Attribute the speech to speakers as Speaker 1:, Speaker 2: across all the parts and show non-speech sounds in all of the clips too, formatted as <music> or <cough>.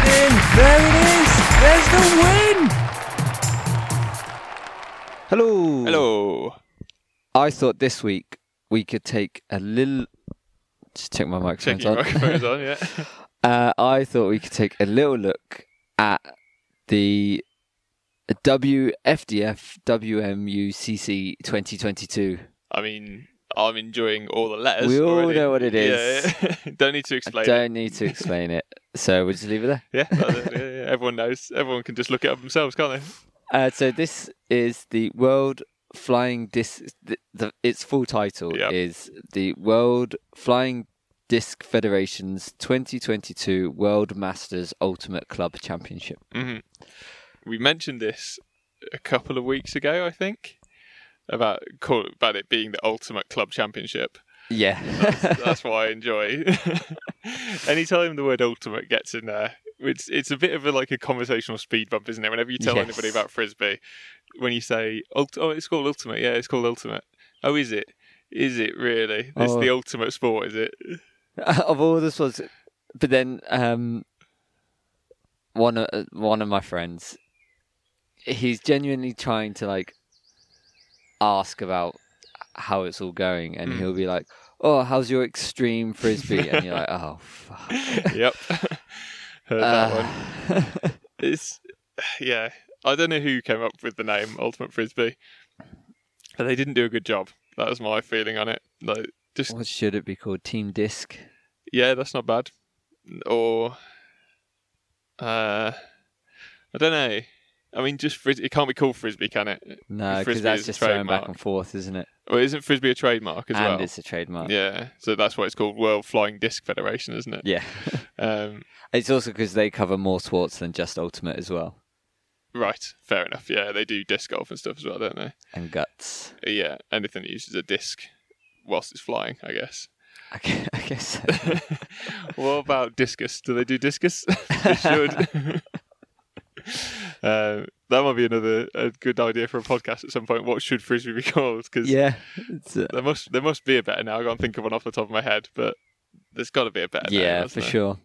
Speaker 1: There it is. There's the win. Hello.
Speaker 2: Hello.
Speaker 1: I thought this week we could take a little. Just take my
Speaker 2: Check
Speaker 1: microphones
Speaker 2: your
Speaker 1: on.
Speaker 2: <laughs> microphones on, yeah.
Speaker 1: <laughs> Uh, I thought we could take a little look at the WFDF WMUCC 2022.
Speaker 2: I mean, I'm enjoying all the letters.
Speaker 1: We all
Speaker 2: already.
Speaker 1: know what it is.
Speaker 2: Yeah, yeah. <laughs> Don't need to
Speaker 1: I
Speaker 2: explain. it.
Speaker 1: don't need to explain it, so we'll just leave it there.
Speaker 2: Yeah, that's it. yeah, yeah, everyone knows. Everyone can just look it up themselves, can't
Speaker 1: Uh, so this is the World Flying Disc. The, the, its full title
Speaker 2: Yep.
Speaker 1: is the World Flying Disc Federation's 2022 World Masters Ultimate Club Championship.
Speaker 2: they? hmm We mentioned this a couple of weeks ago, I think, about call, about it being the ultimate club championship.
Speaker 1: Yeah, <laughs>
Speaker 2: That's why I enjoy. Anytime the word ultimate gets in there, it's it's a bit of a like a conversational speed bump, isn't it? Whenever you tell
Speaker 1: Yes.
Speaker 2: anybody about frisbee, when you say ult- oh, it's called ultimate, yeah, it's called ultimate. Oh, is it? Is it really? It's
Speaker 1: Oh.
Speaker 2: the ultimate sport,
Speaker 1: <laughs>
Speaker 2: is it?
Speaker 1: of all the sports, but then um, one of uh, one of my friends, he's genuinely trying to like ask about how it's all going, and
Speaker 2: Mm.
Speaker 1: he'll be like, "Oh, how's your extreme frisbee?" and you're
Speaker 2: <laughs>
Speaker 1: like, "Oh, fuck."
Speaker 2: yep. <laughs> Heard that
Speaker 1: Uh.
Speaker 2: one. It's yeah. I don't know who came up with the name Ultimate Frisbee. But They didn't do a good job. That was my feeling on it. Like
Speaker 1: <laughs>
Speaker 2: just
Speaker 1: what should it be called? Team Disc.
Speaker 2: Yeah, that's not bad. Or, uh, I don't know. I mean, just fris- it can't be called frisbee, can it?
Speaker 1: No, because
Speaker 2: Frisbee
Speaker 1: that's
Speaker 2: is
Speaker 1: just
Speaker 2: a
Speaker 1: thrown back
Speaker 2: trademark.
Speaker 1: and forth, isn't it?
Speaker 2: Well, isn't frisbee a trademark as
Speaker 1: and
Speaker 2: well?
Speaker 1: it's a trademark.
Speaker 2: Yeah, so that's why it's called World Flying Disc Federation, isn't it?
Speaker 1: Yeah. <laughs>
Speaker 2: Um,
Speaker 1: it's also because they cover more sports than just ultimate as well,
Speaker 2: right, fair enough. Yeah, they do disc golf and stuff as well, don't they?
Speaker 1: and guts.
Speaker 2: Yeah, anything that uses a disc whilst it's flying, I guess.
Speaker 1: I gu- <laughs> I guess. so.
Speaker 2: what about discus? Do they do discus? <laughs> they should.
Speaker 1: <laughs>
Speaker 2: uh, that might be another a good idea for a podcast at some point. What should frisbee be <laughs> called? Because
Speaker 1: yeah. It's, uh,
Speaker 2: there must there must be a better now. I can't think of one off the top of my head, but there's got to be a better. name,
Speaker 1: yeah,
Speaker 2: hasn't
Speaker 1: for
Speaker 2: there?
Speaker 1: sure.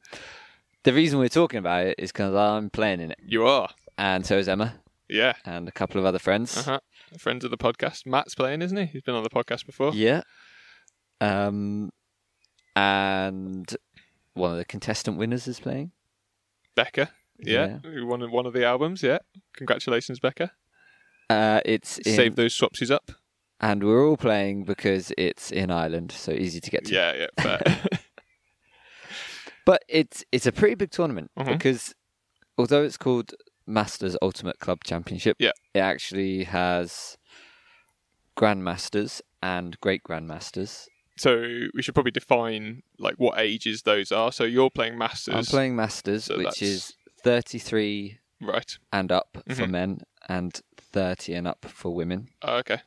Speaker 1: The reason we're talking about it is because I'm playing in it,
Speaker 2: You are.
Speaker 1: and so is Emma
Speaker 2: Yeah.
Speaker 1: and a couple of other friends.
Speaker 2: Uh huh. Friends of the podcast. Matt's playing, isn't he? He's been on the podcast before.
Speaker 1: Yeah. Um, and one of the contestant winners is playing.
Speaker 2: Becca. Yeah. Who won one of the albums. Yeah. Congratulations, Becca.
Speaker 1: Uh, it's in,
Speaker 2: Save those swapsies
Speaker 1: <laughs>
Speaker 2: up.
Speaker 1: and we're all playing because it's in Ireland, so easy to get to.
Speaker 2: Yeah. Yeah.
Speaker 1: <laughs>
Speaker 2: Fair.
Speaker 1: But it's it's a pretty big tournament
Speaker 2: Mhm.
Speaker 1: because although it's called Masters Ultimate Club Championship,
Speaker 2: Yeah.
Speaker 1: it actually has grandmasters and great grandmasters.
Speaker 2: so we should probably define like what ages those are. So you're playing masters,
Speaker 1: I'm playing masters,
Speaker 2: so
Speaker 1: which
Speaker 2: that's-
Speaker 1: is 33
Speaker 2: right?
Speaker 1: and up for
Speaker 2: Mhm.
Speaker 1: men and 30 and up for women,
Speaker 2: Oh, okay,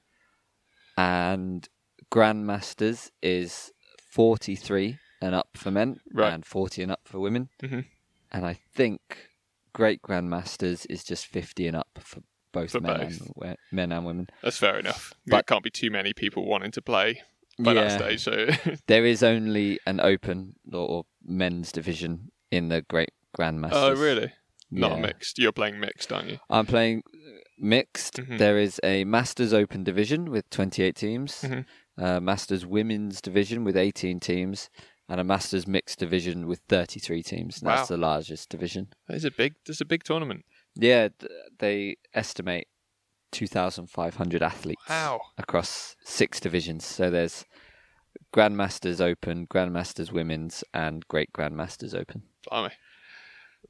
Speaker 1: and grandmasters is 43 and up for men
Speaker 2: Right.
Speaker 1: and 40 and up for women,
Speaker 2: Mhm.
Speaker 1: and I think great grandmasters is just 50 and up for both
Speaker 2: For
Speaker 1: men
Speaker 2: both.
Speaker 1: and wo- men and women.
Speaker 2: that's fair enough. there
Speaker 1: But-
Speaker 2: can't be too many people wanting to play by that stage. So <laughs>
Speaker 1: There is only an open or, or men's division in the Great Grandmasters.
Speaker 2: oh really? Not
Speaker 1: Yeah.
Speaker 2: mixed. You're playing mixed, aren't you?
Speaker 1: I'm playing uh, mixed.
Speaker 2: Mhm.
Speaker 1: There is a Masters Open division with 28 teams,
Speaker 2: Mhm.
Speaker 1: a Masters Women's division with 18 teams, and a Masters Mixed division with 33 teams. And That's
Speaker 2: Wow.
Speaker 1: the largest division.
Speaker 2: There's a big, there's a big tournament.
Speaker 1: Yeah, th- they estimate 2,500 athletes
Speaker 2: Wow.
Speaker 1: across six divisions. So there's Grandmasters Open, Grandmasters Women's, and Great Grandmasters Open.
Speaker 2: Blimey.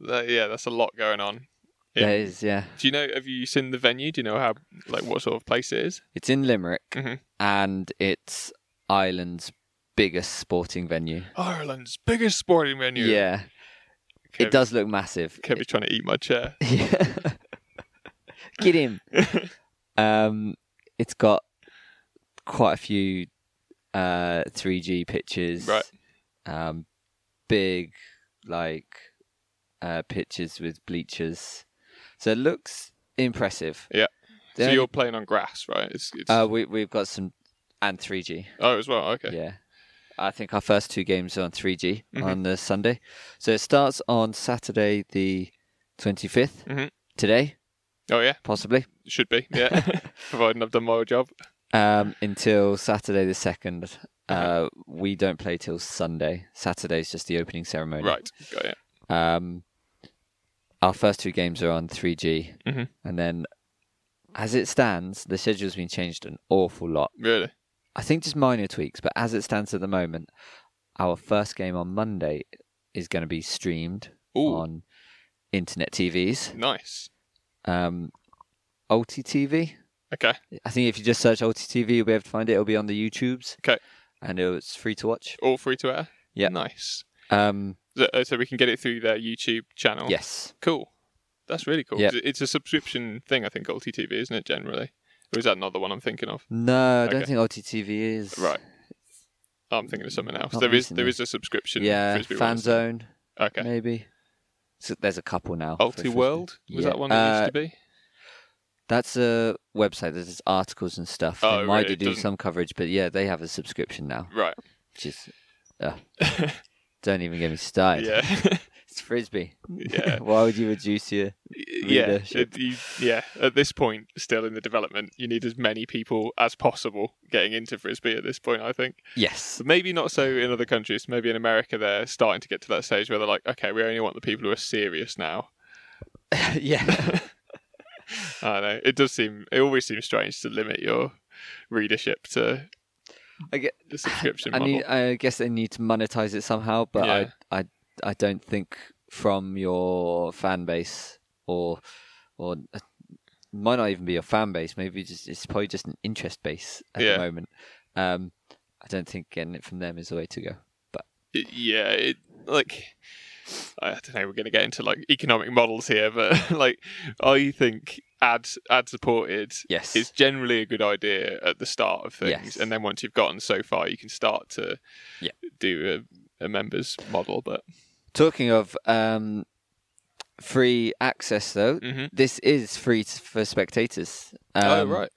Speaker 2: That- yeah, that's a lot going on. Yeah.
Speaker 1: There is, yeah.
Speaker 2: Do you know? Have you seen the venue? Do you know how, like, what sort of place it is?
Speaker 1: It's in Limerick,
Speaker 2: Mhm.
Speaker 1: and it's Ireland's biggest sporting venue.
Speaker 2: Ireland's biggest sporting venue.
Speaker 1: Yeah,
Speaker 2: Kev,
Speaker 1: it does look massive. <laughs>
Speaker 2: Kevin's trying to eat my chair.
Speaker 1: Yeah. Get
Speaker 2: <laughs>
Speaker 1: him. um, it's got quite a few uh, 3G pitches.
Speaker 2: Right.
Speaker 1: Um, big, like, uh, pitches with bleachers. So it looks impressive.
Speaker 2: Yeah.
Speaker 1: The
Speaker 2: so
Speaker 1: only-
Speaker 2: you're playing on grass, right? It's, it's,
Speaker 1: uh, we, we've got some, and 3G.
Speaker 2: oh, as well. Okay.
Speaker 1: Yeah. I think our first two games are on 3G
Speaker 2: Mhm.
Speaker 1: on the Sunday. So it starts on Saturday the twenty fifth
Speaker 2: Mhm.
Speaker 1: today,
Speaker 2: Oh yeah,
Speaker 1: possibly
Speaker 2: should be. Yeah,
Speaker 1: <laughs>
Speaker 2: providing I've done my job.
Speaker 1: um, until Saturday the second. Uh,
Speaker 2: Uh-huh.
Speaker 1: we don't play till Sunday. Saturday's just the opening ceremony.
Speaker 2: Right, got it.
Speaker 1: Um, our first two games are on 3G,
Speaker 2: Mhm.
Speaker 1: and then as it stands, the schedule's been changed an awful lot.
Speaker 2: Really?
Speaker 1: I think just minor tweaks, but as it stands at the moment, our first game on Monday is going to be streamed
Speaker 2: Ooh.
Speaker 1: on internet TVs,
Speaker 2: Nice.
Speaker 1: um, TV.
Speaker 2: Okay.
Speaker 1: I think if you just search TV, you'll be able to find it. It'll be on the YouTubes.
Speaker 2: Okay.
Speaker 1: and it'll- it's free to watch.
Speaker 2: All free to air.
Speaker 1: Yeah.
Speaker 2: Nice.
Speaker 1: Um,
Speaker 2: So, uh, so we can get it through their YouTube channel.
Speaker 1: yes,
Speaker 2: Cool. That's really cool.
Speaker 1: Yeah.
Speaker 2: 'cause It's a subscription thing, I think, TV, isn't it? Generally, or is that not the one I'm thinking of?
Speaker 1: no, I don't
Speaker 2: Okay.
Speaker 1: think OTTV is
Speaker 2: Right. I'm thinking of something else.
Speaker 1: Not
Speaker 2: There is there
Speaker 1: recently.
Speaker 2: is a subscription.
Speaker 1: Yeah,
Speaker 2: Frisbee
Speaker 1: Fan
Speaker 2: one, isn't there?
Speaker 1: Zone.
Speaker 2: Okay.
Speaker 1: maybe. So there's a couple now. for
Speaker 2: Alti
Speaker 1: Frisbee.
Speaker 2: World was
Speaker 1: Yeah.
Speaker 2: that one that
Speaker 1: Uh,
Speaker 2: used to be?
Speaker 1: That's a website. There's articles and stuff.
Speaker 2: Oh,
Speaker 1: they
Speaker 2: really?
Speaker 1: might
Speaker 2: It
Speaker 1: do
Speaker 2: doesn't-
Speaker 1: some coverage, but yeah, they have a subscription now.
Speaker 2: Right.
Speaker 1: Which is,
Speaker 2: <laughs>
Speaker 1: uh, don't even get me started.
Speaker 2: Yeah.
Speaker 1: It's frisbee.
Speaker 2: <laughs> Yeah.
Speaker 1: <laughs> Why would you reduce your?
Speaker 2: yeah.
Speaker 1: Leadership.
Speaker 2: it- you- yeah. At this point, still in the development, you need as many people as possible getting into frisbee. At this point, I think.
Speaker 1: Yes.
Speaker 2: Maybe not so in other countries. Maybe in America, they're starting to get to that stage where they're like, okay, we only want the people who are serious now.
Speaker 1: <laughs>
Speaker 2: <laughs>
Speaker 1: yeah.
Speaker 2: I don't know. It does seem. It always seems strange to limit your readership to
Speaker 1: I get-
Speaker 2: the
Speaker 1: <laughs>
Speaker 2: subscription
Speaker 1: I
Speaker 2: model.
Speaker 1: need. I guess they need to monetize it somehow, but
Speaker 2: Yeah.
Speaker 1: I, I, I don't think from your fan base or, or it might not even be your fan base. Maybe just it's probably just an interest base at
Speaker 2: Yeah.
Speaker 1: the moment. Um, I don't think getting it from them is the way to go.
Speaker 2: It- yeah, it, like I don't know. We're going to get into like economic models here, but <laughs> like I think ad ad supported
Speaker 1: Yes.
Speaker 2: is generally a good idea at the start of things,
Speaker 1: Yes.
Speaker 2: and then once you've gotten so far, you can start to
Speaker 1: Yeah.
Speaker 2: do a, a members model. But
Speaker 1: Talking of um, free access, though,
Speaker 2: Mhm.
Speaker 1: this is free t- for spectators.
Speaker 2: oh
Speaker 1: Mm-hmm. Um,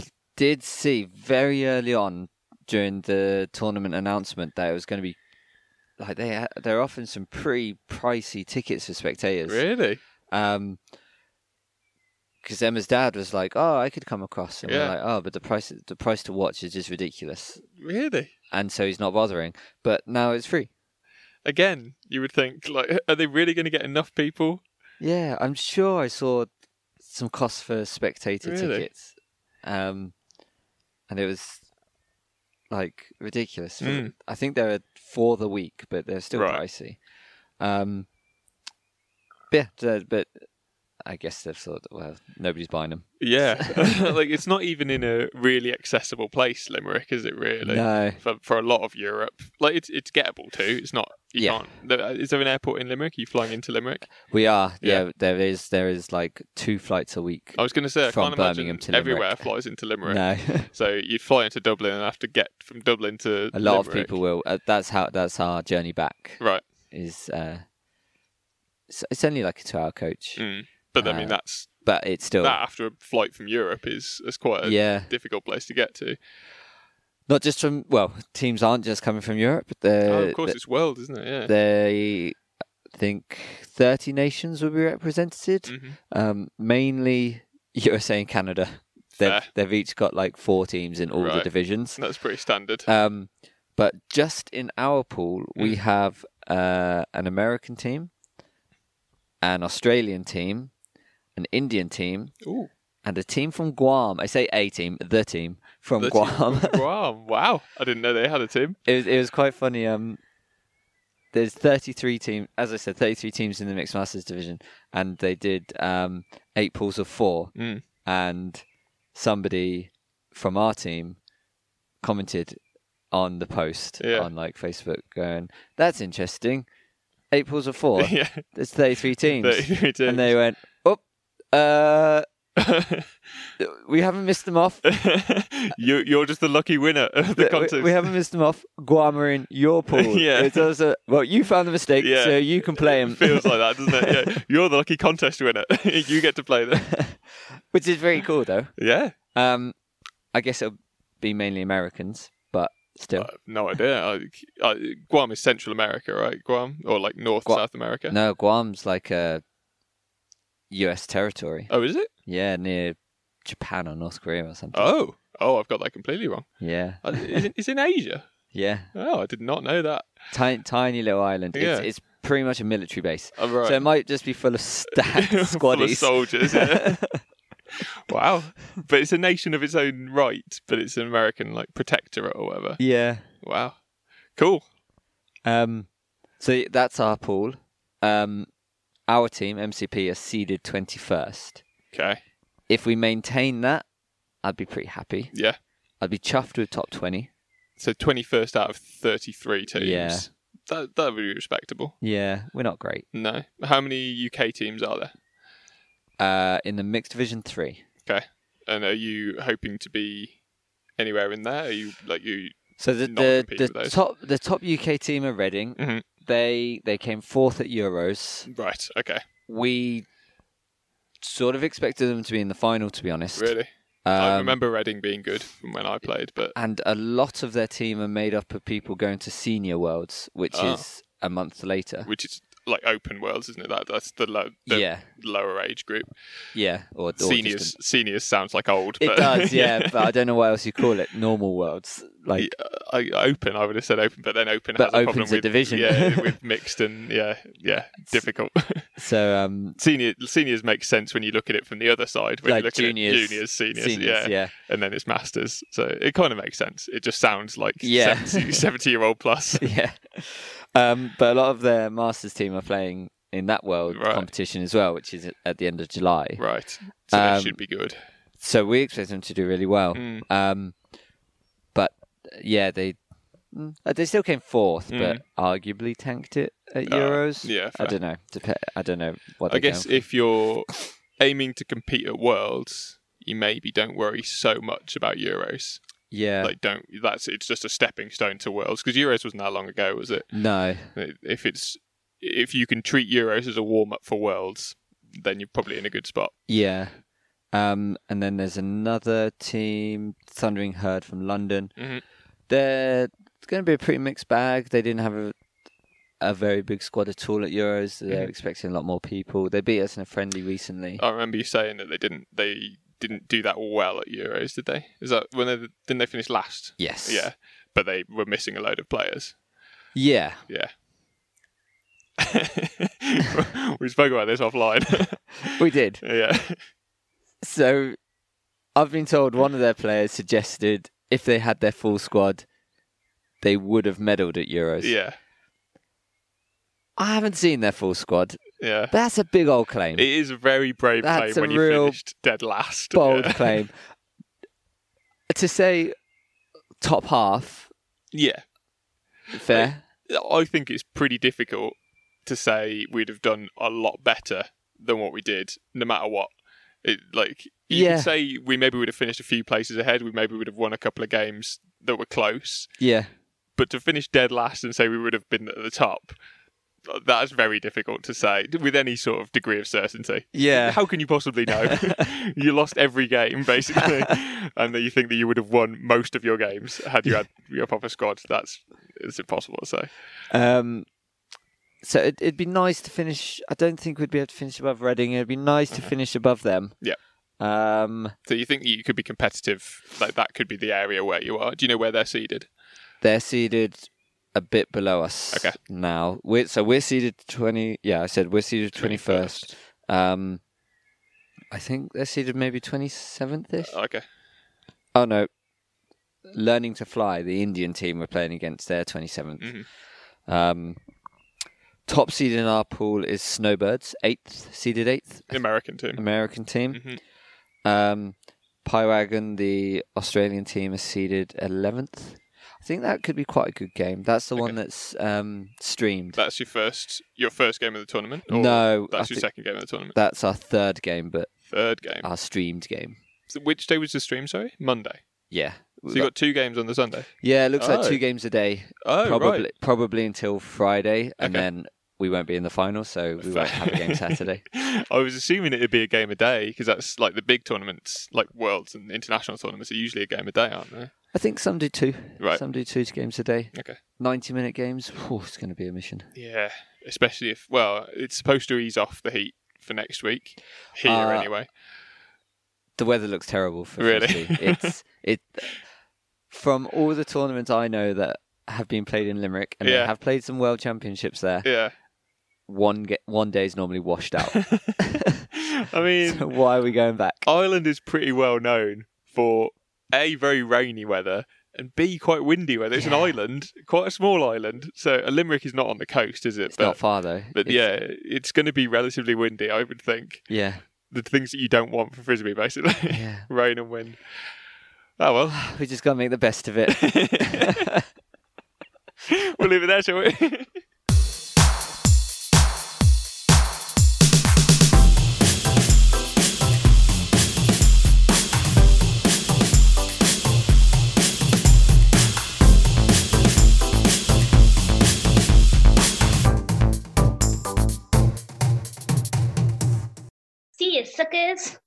Speaker 2: right,
Speaker 1: Did see very early on during the tournament announcement that it was going to be like they ha- they're offering some pretty pricey tickets for spectators.
Speaker 2: really?
Speaker 1: Um, because Emma's dad was like, "Oh, I could come across," and
Speaker 2: Yeah.
Speaker 1: we're like, "Oh, but the price the price to watch is just ridiculous,"
Speaker 2: Really?
Speaker 1: and so he's not bothering. But now it's free.
Speaker 2: Again, you would think like, are they really going to get enough people?
Speaker 1: Yeah, I'm sure I saw some costs for spectator
Speaker 2: Really?
Speaker 1: tickets, um, and it was like ridiculous. for-
Speaker 2: Mm.
Speaker 1: I think they're for the week, but they're still
Speaker 2: Right.
Speaker 1: pricey. Um, yeah, so- but I guess they've thought, well, nobody's buying them.
Speaker 2: Yeah, <laughs> like it's not even in a really accessible place, Limerick, is it? Really?
Speaker 1: No,
Speaker 2: for, for a lot of Europe. Like it's it's gettable too. It's not you
Speaker 1: Yeah.
Speaker 2: can't. there- Is there an airport in Limerick? Are you flying into Limerick?
Speaker 1: we are.
Speaker 2: Yeah. Oh,
Speaker 1: Yeah. there is. There is like two flights a week.
Speaker 2: I was going to say I
Speaker 1: From
Speaker 2: can't imagine
Speaker 1: Birmingham to Limerick.
Speaker 2: everywhere flies
Speaker 1: <laughs>
Speaker 2: into Limerick.
Speaker 1: no,
Speaker 2: So you'd fly into Dublin and have to get from Dublin to
Speaker 1: a lot of
Speaker 2: Limerick.
Speaker 1: people will. Uh, that's how. That's our journey back.
Speaker 2: Right,
Speaker 1: Is uh, it's, it's only like a two-hour coach.
Speaker 2: mm. but I mean
Speaker 1: Uh,
Speaker 2: that's
Speaker 1: but it's still
Speaker 2: that after a flight from Europe is is quite a
Speaker 1: yeah Uh,
Speaker 2: difficult place to get to.
Speaker 1: not just from well teams aren't just coming from europe they're,
Speaker 2: oh, of course, it's world, isn't it? Yeah.
Speaker 1: they think 30 nations will be represented
Speaker 2: Mhm.
Speaker 1: um, mainly <laughs> usa and canada they've,
Speaker 2: Fair.
Speaker 1: they've each got like four teams in all the
Speaker 2: Right.
Speaker 1: divisions
Speaker 2: That's pretty standard.
Speaker 1: um, but just in our pool we
Speaker 2: Mm.
Speaker 1: have uh, an american team an australian team an indian team
Speaker 2: Ooh,
Speaker 1: and a team from guam i say a team the team from
Speaker 2: the team
Speaker 1: guam <laughs>
Speaker 2: from Guam. Wow, I didn't know they had a team. <laughs>
Speaker 1: it was, it was quite funny. Um, there's 33 team, as I said, 33 teams in the mixed masters division, and they did um, eight pools of four.
Speaker 2: Mm.
Speaker 1: And somebody from our team commented on the post
Speaker 2: Yeah.
Speaker 1: on like Facebook, going, "That's interesting. Eight pools of four.
Speaker 2: <laughs> yeah,
Speaker 1: There's
Speaker 2: <laughs>
Speaker 1: 33 teams."
Speaker 2: they,
Speaker 1: And
Speaker 2: <laughs>
Speaker 1: they went, "Oh, uh, we haven't missed them off.
Speaker 2: you, you're just the lucky winner of the
Speaker 1: Th- we-
Speaker 2: contest.
Speaker 1: We, haven't missed them off. Guam are in
Speaker 2: <laughs>
Speaker 1: your pool.
Speaker 2: Yeah.
Speaker 1: It's also, well, you found the mistake,
Speaker 2: Yeah.
Speaker 1: so you can play them.
Speaker 2: It feels like that, doesn't it? Yeah. You're the lucky contest winner. <laughs> you get to
Speaker 1: <laughs>
Speaker 2: play them.
Speaker 1: <laughs> Which is very cool, though.
Speaker 2: Yeah.
Speaker 1: Um, I guess it'll be mainly Americans, but still.
Speaker 2: Uh, no idea. I, I, Guam is Central America, right? Guam? Or like North,
Speaker 1: Gua-
Speaker 2: South America?
Speaker 1: no, Guam's like a U.S. territory.
Speaker 2: Oh, is it?
Speaker 1: Yeah, near Japan or North Korea or something.
Speaker 2: Oh, oh, I've got that completely wrong.
Speaker 1: Yeah,
Speaker 2: Uh, It's in, it's in Asia.
Speaker 1: yeah.
Speaker 2: Oh, I did not know that. <laughs>
Speaker 1: Tiny, tiny little island.
Speaker 2: Yeah.
Speaker 1: It's, it's pretty much a military base.
Speaker 2: Oh, right.
Speaker 1: So it might just be full of stacked
Speaker 2: <laughs> Full of
Speaker 1: squaddies.
Speaker 2: soldiers.
Speaker 1: <laughs>
Speaker 2: Yeah. wow, but it's a nation of its own right, but it's an American like protectorate or whatever.
Speaker 1: yeah.
Speaker 2: Wow, cool.
Speaker 1: Um, so that's our pool. Um, our team, MCP, are seeded 21st.
Speaker 2: Okay,
Speaker 1: If we maintain that, I'd be pretty happy.
Speaker 2: yeah.
Speaker 1: I'd be chuffed with top 20.
Speaker 2: So twenty first out of thirty three teams.
Speaker 1: Yeah.
Speaker 2: That that would be respectable.
Speaker 1: Yeah, we're not great.
Speaker 2: No, how many UK teams are there?
Speaker 1: Uh, in the mixed division three.
Speaker 2: Okay, and are you hoping to be anywhere in there? Are you like you?
Speaker 1: So the
Speaker 2: Not compete
Speaker 1: the,
Speaker 2: with
Speaker 1: the
Speaker 2: those.
Speaker 1: top the top UK team are Reading.
Speaker 2: Mhm.
Speaker 1: They they came fourth at Euros.
Speaker 2: Right. Okay.
Speaker 1: We sort of expected them to be in the final, to be honest.
Speaker 2: Really. I
Speaker 1: Um,
Speaker 2: remember Reading being good from when I played, but
Speaker 1: and a lot of their team are made up of people going to senior worlds, which
Speaker 2: Ah.
Speaker 1: is a month later.
Speaker 2: which is like open worlds, isn't it? That that's the, low, the
Speaker 1: Yeah.
Speaker 2: lower age group.
Speaker 1: Yeah, or, or just a-
Speaker 2: Seniors seniors sounds like old.
Speaker 1: it
Speaker 2: but <laughs>
Speaker 1: does, yeah, but I don't know what else you call it. Normal worlds, like
Speaker 2: Yeah, I, open, I would have said open, but then open
Speaker 1: But
Speaker 2: has a
Speaker 1: open's
Speaker 2: problem
Speaker 1: a
Speaker 2: with
Speaker 1: division. <laughs>
Speaker 2: yeah, with mixed and yeah, yeah, difficult. <laughs>
Speaker 1: so. Um, <laughs>
Speaker 2: Senior seniors make sense when you look at it from the other side, when
Speaker 1: Like
Speaker 2: you look at
Speaker 1: juniors,
Speaker 2: it, juniors, seniors,
Speaker 1: seniors,
Speaker 2: yeah,
Speaker 1: yeah.
Speaker 2: and then it's masters. So it kind of makes sense. It just sounds like
Speaker 1: Yeah.
Speaker 2: 70, 70 year
Speaker 1: <laughs>
Speaker 2: old plus.
Speaker 1: yeah. Um, but a lot of their masters team are playing in that world
Speaker 2: Right.
Speaker 1: competition as well, which is at the end of July.
Speaker 2: right, so
Speaker 1: Um,
Speaker 2: that should be good.
Speaker 1: So we expect them to do really well.
Speaker 2: Mm.
Speaker 1: Um, but yeah, they mm, uh, they still came fourth, but arguably tanked it at
Speaker 2: Hmm. Uh,
Speaker 1: Euros.
Speaker 2: yeah,
Speaker 1: I
Speaker 2: fair.
Speaker 1: don't know. Dep- I don't know what
Speaker 2: I
Speaker 1: they
Speaker 2: guess if you're aiming to compete at Worlds, you maybe don't worry so much about Euros.
Speaker 1: yeah.
Speaker 2: Like, don't that's it's just a stepping stone to Worlds because Euros wasn't that long ago, was it?
Speaker 1: no.
Speaker 2: If it's if you can treat Euros as a warm up for Worlds, then you're probably in a good spot.
Speaker 1: Yeah. Um, and then there's another team, Thundering Herd from London.
Speaker 2: Mhm.
Speaker 1: They're going to be a pretty mixed bag. They didn't have a, a very big squad at all at Euros. so
Speaker 2: Mm-hmm.
Speaker 1: They're expecting a lot more people. They beat us in a friendly recently.
Speaker 2: I remember you saying that they didn't they didn't do that well at Euros, did they? Is that when they didn't they finish last?
Speaker 1: yes.
Speaker 2: Yeah, but they were missing a load of players.
Speaker 1: Yeah.
Speaker 2: Yeah. <laughs> we spoke about this offline. <laughs>
Speaker 1: We did.
Speaker 2: yeah.
Speaker 1: So I've been told one of their players suggested if they had their full squad, they would have medalled at Euros.
Speaker 2: Yeah.
Speaker 1: I haven't seen their full squad.
Speaker 2: Yeah.
Speaker 1: That's a big old claim.
Speaker 2: It is a very brave
Speaker 1: That's
Speaker 2: claim when
Speaker 1: a
Speaker 2: you
Speaker 1: real
Speaker 2: finished dead last.
Speaker 1: bold
Speaker 2: Yeah.
Speaker 1: claim. To say top half,
Speaker 2: <laughs> yeah.
Speaker 1: fair.
Speaker 2: I think it's pretty difficult to say we'd have done a lot better than what we did, no matter what. It, like you
Speaker 1: Yeah.
Speaker 2: could say we maybe would have finished a few places ahead, we maybe would have won a couple of games that were close.
Speaker 1: Yeah.
Speaker 2: But to finish dead last and say we would have been at the top, that's very difficult to say with any sort of degree of certainty.
Speaker 1: Yeah.
Speaker 2: How can you
Speaker 1: <laughs>
Speaker 2: possibly know? you lost every game basically, and that you think that you would have won most of your games had you had your proper squad. That's it's impossible to say.
Speaker 1: Um, so it, it'd be nice to finish. I don't think we'd be able to finish above Reading. It'd be nice to finish above them.
Speaker 2: Mm-hmm. Yeah.
Speaker 1: Um,
Speaker 2: So you think you could be competitive? Like that could be the area where you are. Do you know where they're seeded?
Speaker 1: they're seeded a bit below us.
Speaker 2: Okay.
Speaker 1: Now, we're, so we're seeded twenty. Yeah, I said we're seeded twenty first. Um, I think they're seeded maybe twenty seventh ish.
Speaker 2: Okay.
Speaker 1: Oh no. Learning to Fly, the Indian team we're playing against, their 27th. Um, top seed in our pool is Snowbirds, 8th, seeded 8th,
Speaker 2: American team.
Speaker 1: American team.
Speaker 2: Mhm.
Speaker 1: Um, Pywagon, the Australian team, is seeded 11th. I think that could be quite a good game. That's the one that's um, streamed.
Speaker 2: That's your first your first game of the tournament. Or
Speaker 1: No,
Speaker 2: oh, that's
Speaker 1: I
Speaker 2: your
Speaker 1: thi-
Speaker 2: second game of the tournament.
Speaker 1: That's our third game, but
Speaker 2: Third game.
Speaker 1: our streamed game.
Speaker 2: So which day was the stream? Sorry, Monday.
Speaker 1: Yeah.
Speaker 2: So you got two games on the Sunday.
Speaker 1: yeah, it looks like
Speaker 2: Oh.
Speaker 1: two games a day.
Speaker 2: Oh,
Speaker 1: probably
Speaker 2: right.
Speaker 1: probably until Friday, and
Speaker 2: Okay.
Speaker 1: then we won't be in the final, so we won't have a
Speaker 2: <laughs>
Speaker 1: game Saturday.
Speaker 2: I was assuming it'd be a game a day because that's like the big tournaments, like worlds and international tournaments are usually a game a day, aren't they?
Speaker 1: I think some do two.
Speaker 2: Right.
Speaker 1: Some do two games a day.
Speaker 2: Okay.
Speaker 1: Ninety-minute games. Whew, it's going to be a mission.
Speaker 2: Yeah, especially if well, it's supposed to ease off the heat for next week. Here
Speaker 1: Uh,
Speaker 2: anyway.
Speaker 1: The weather looks terrible for
Speaker 2: Really?
Speaker 1: Frisbee.
Speaker 2: <laughs>
Speaker 1: It's it from all the tournaments I know that have been played in Limerick and
Speaker 2: Yeah.
Speaker 1: they have played some world championships there. <laughs>
Speaker 2: Yeah.
Speaker 1: One ge- one day is normally washed
Speaker 2: <laughs>
Speaker 1: out. <laughs>
Speaker 2: I mean,
Speaker 1: so why are we going back?
Speaker 2: Ireland is pretty well known for a very rainy weather and b quite windy weather. It's an
Speaker 1: Yeah.
Speaker 2: island, quite a small island. So a Limerick is not on the coast, is it?
Speaker 1: It's not far though.
Speaker 2: but
Speaker 1: It's-
Speaker 2: yeah, it's going to be relatively windy. I would think
Speaker 1: yeah,
Speaker 2: the things that you don't want for frisbee, basically,
Speaker 1: yeah.
Speaker 2: <laughs> rain and wind. Oh well, <laughs>
Speaker 1: We just gotta make the best of it.
Speaker 2: we'll leave it there, shall we? <laughs>
Speaker 3: See you, suckers.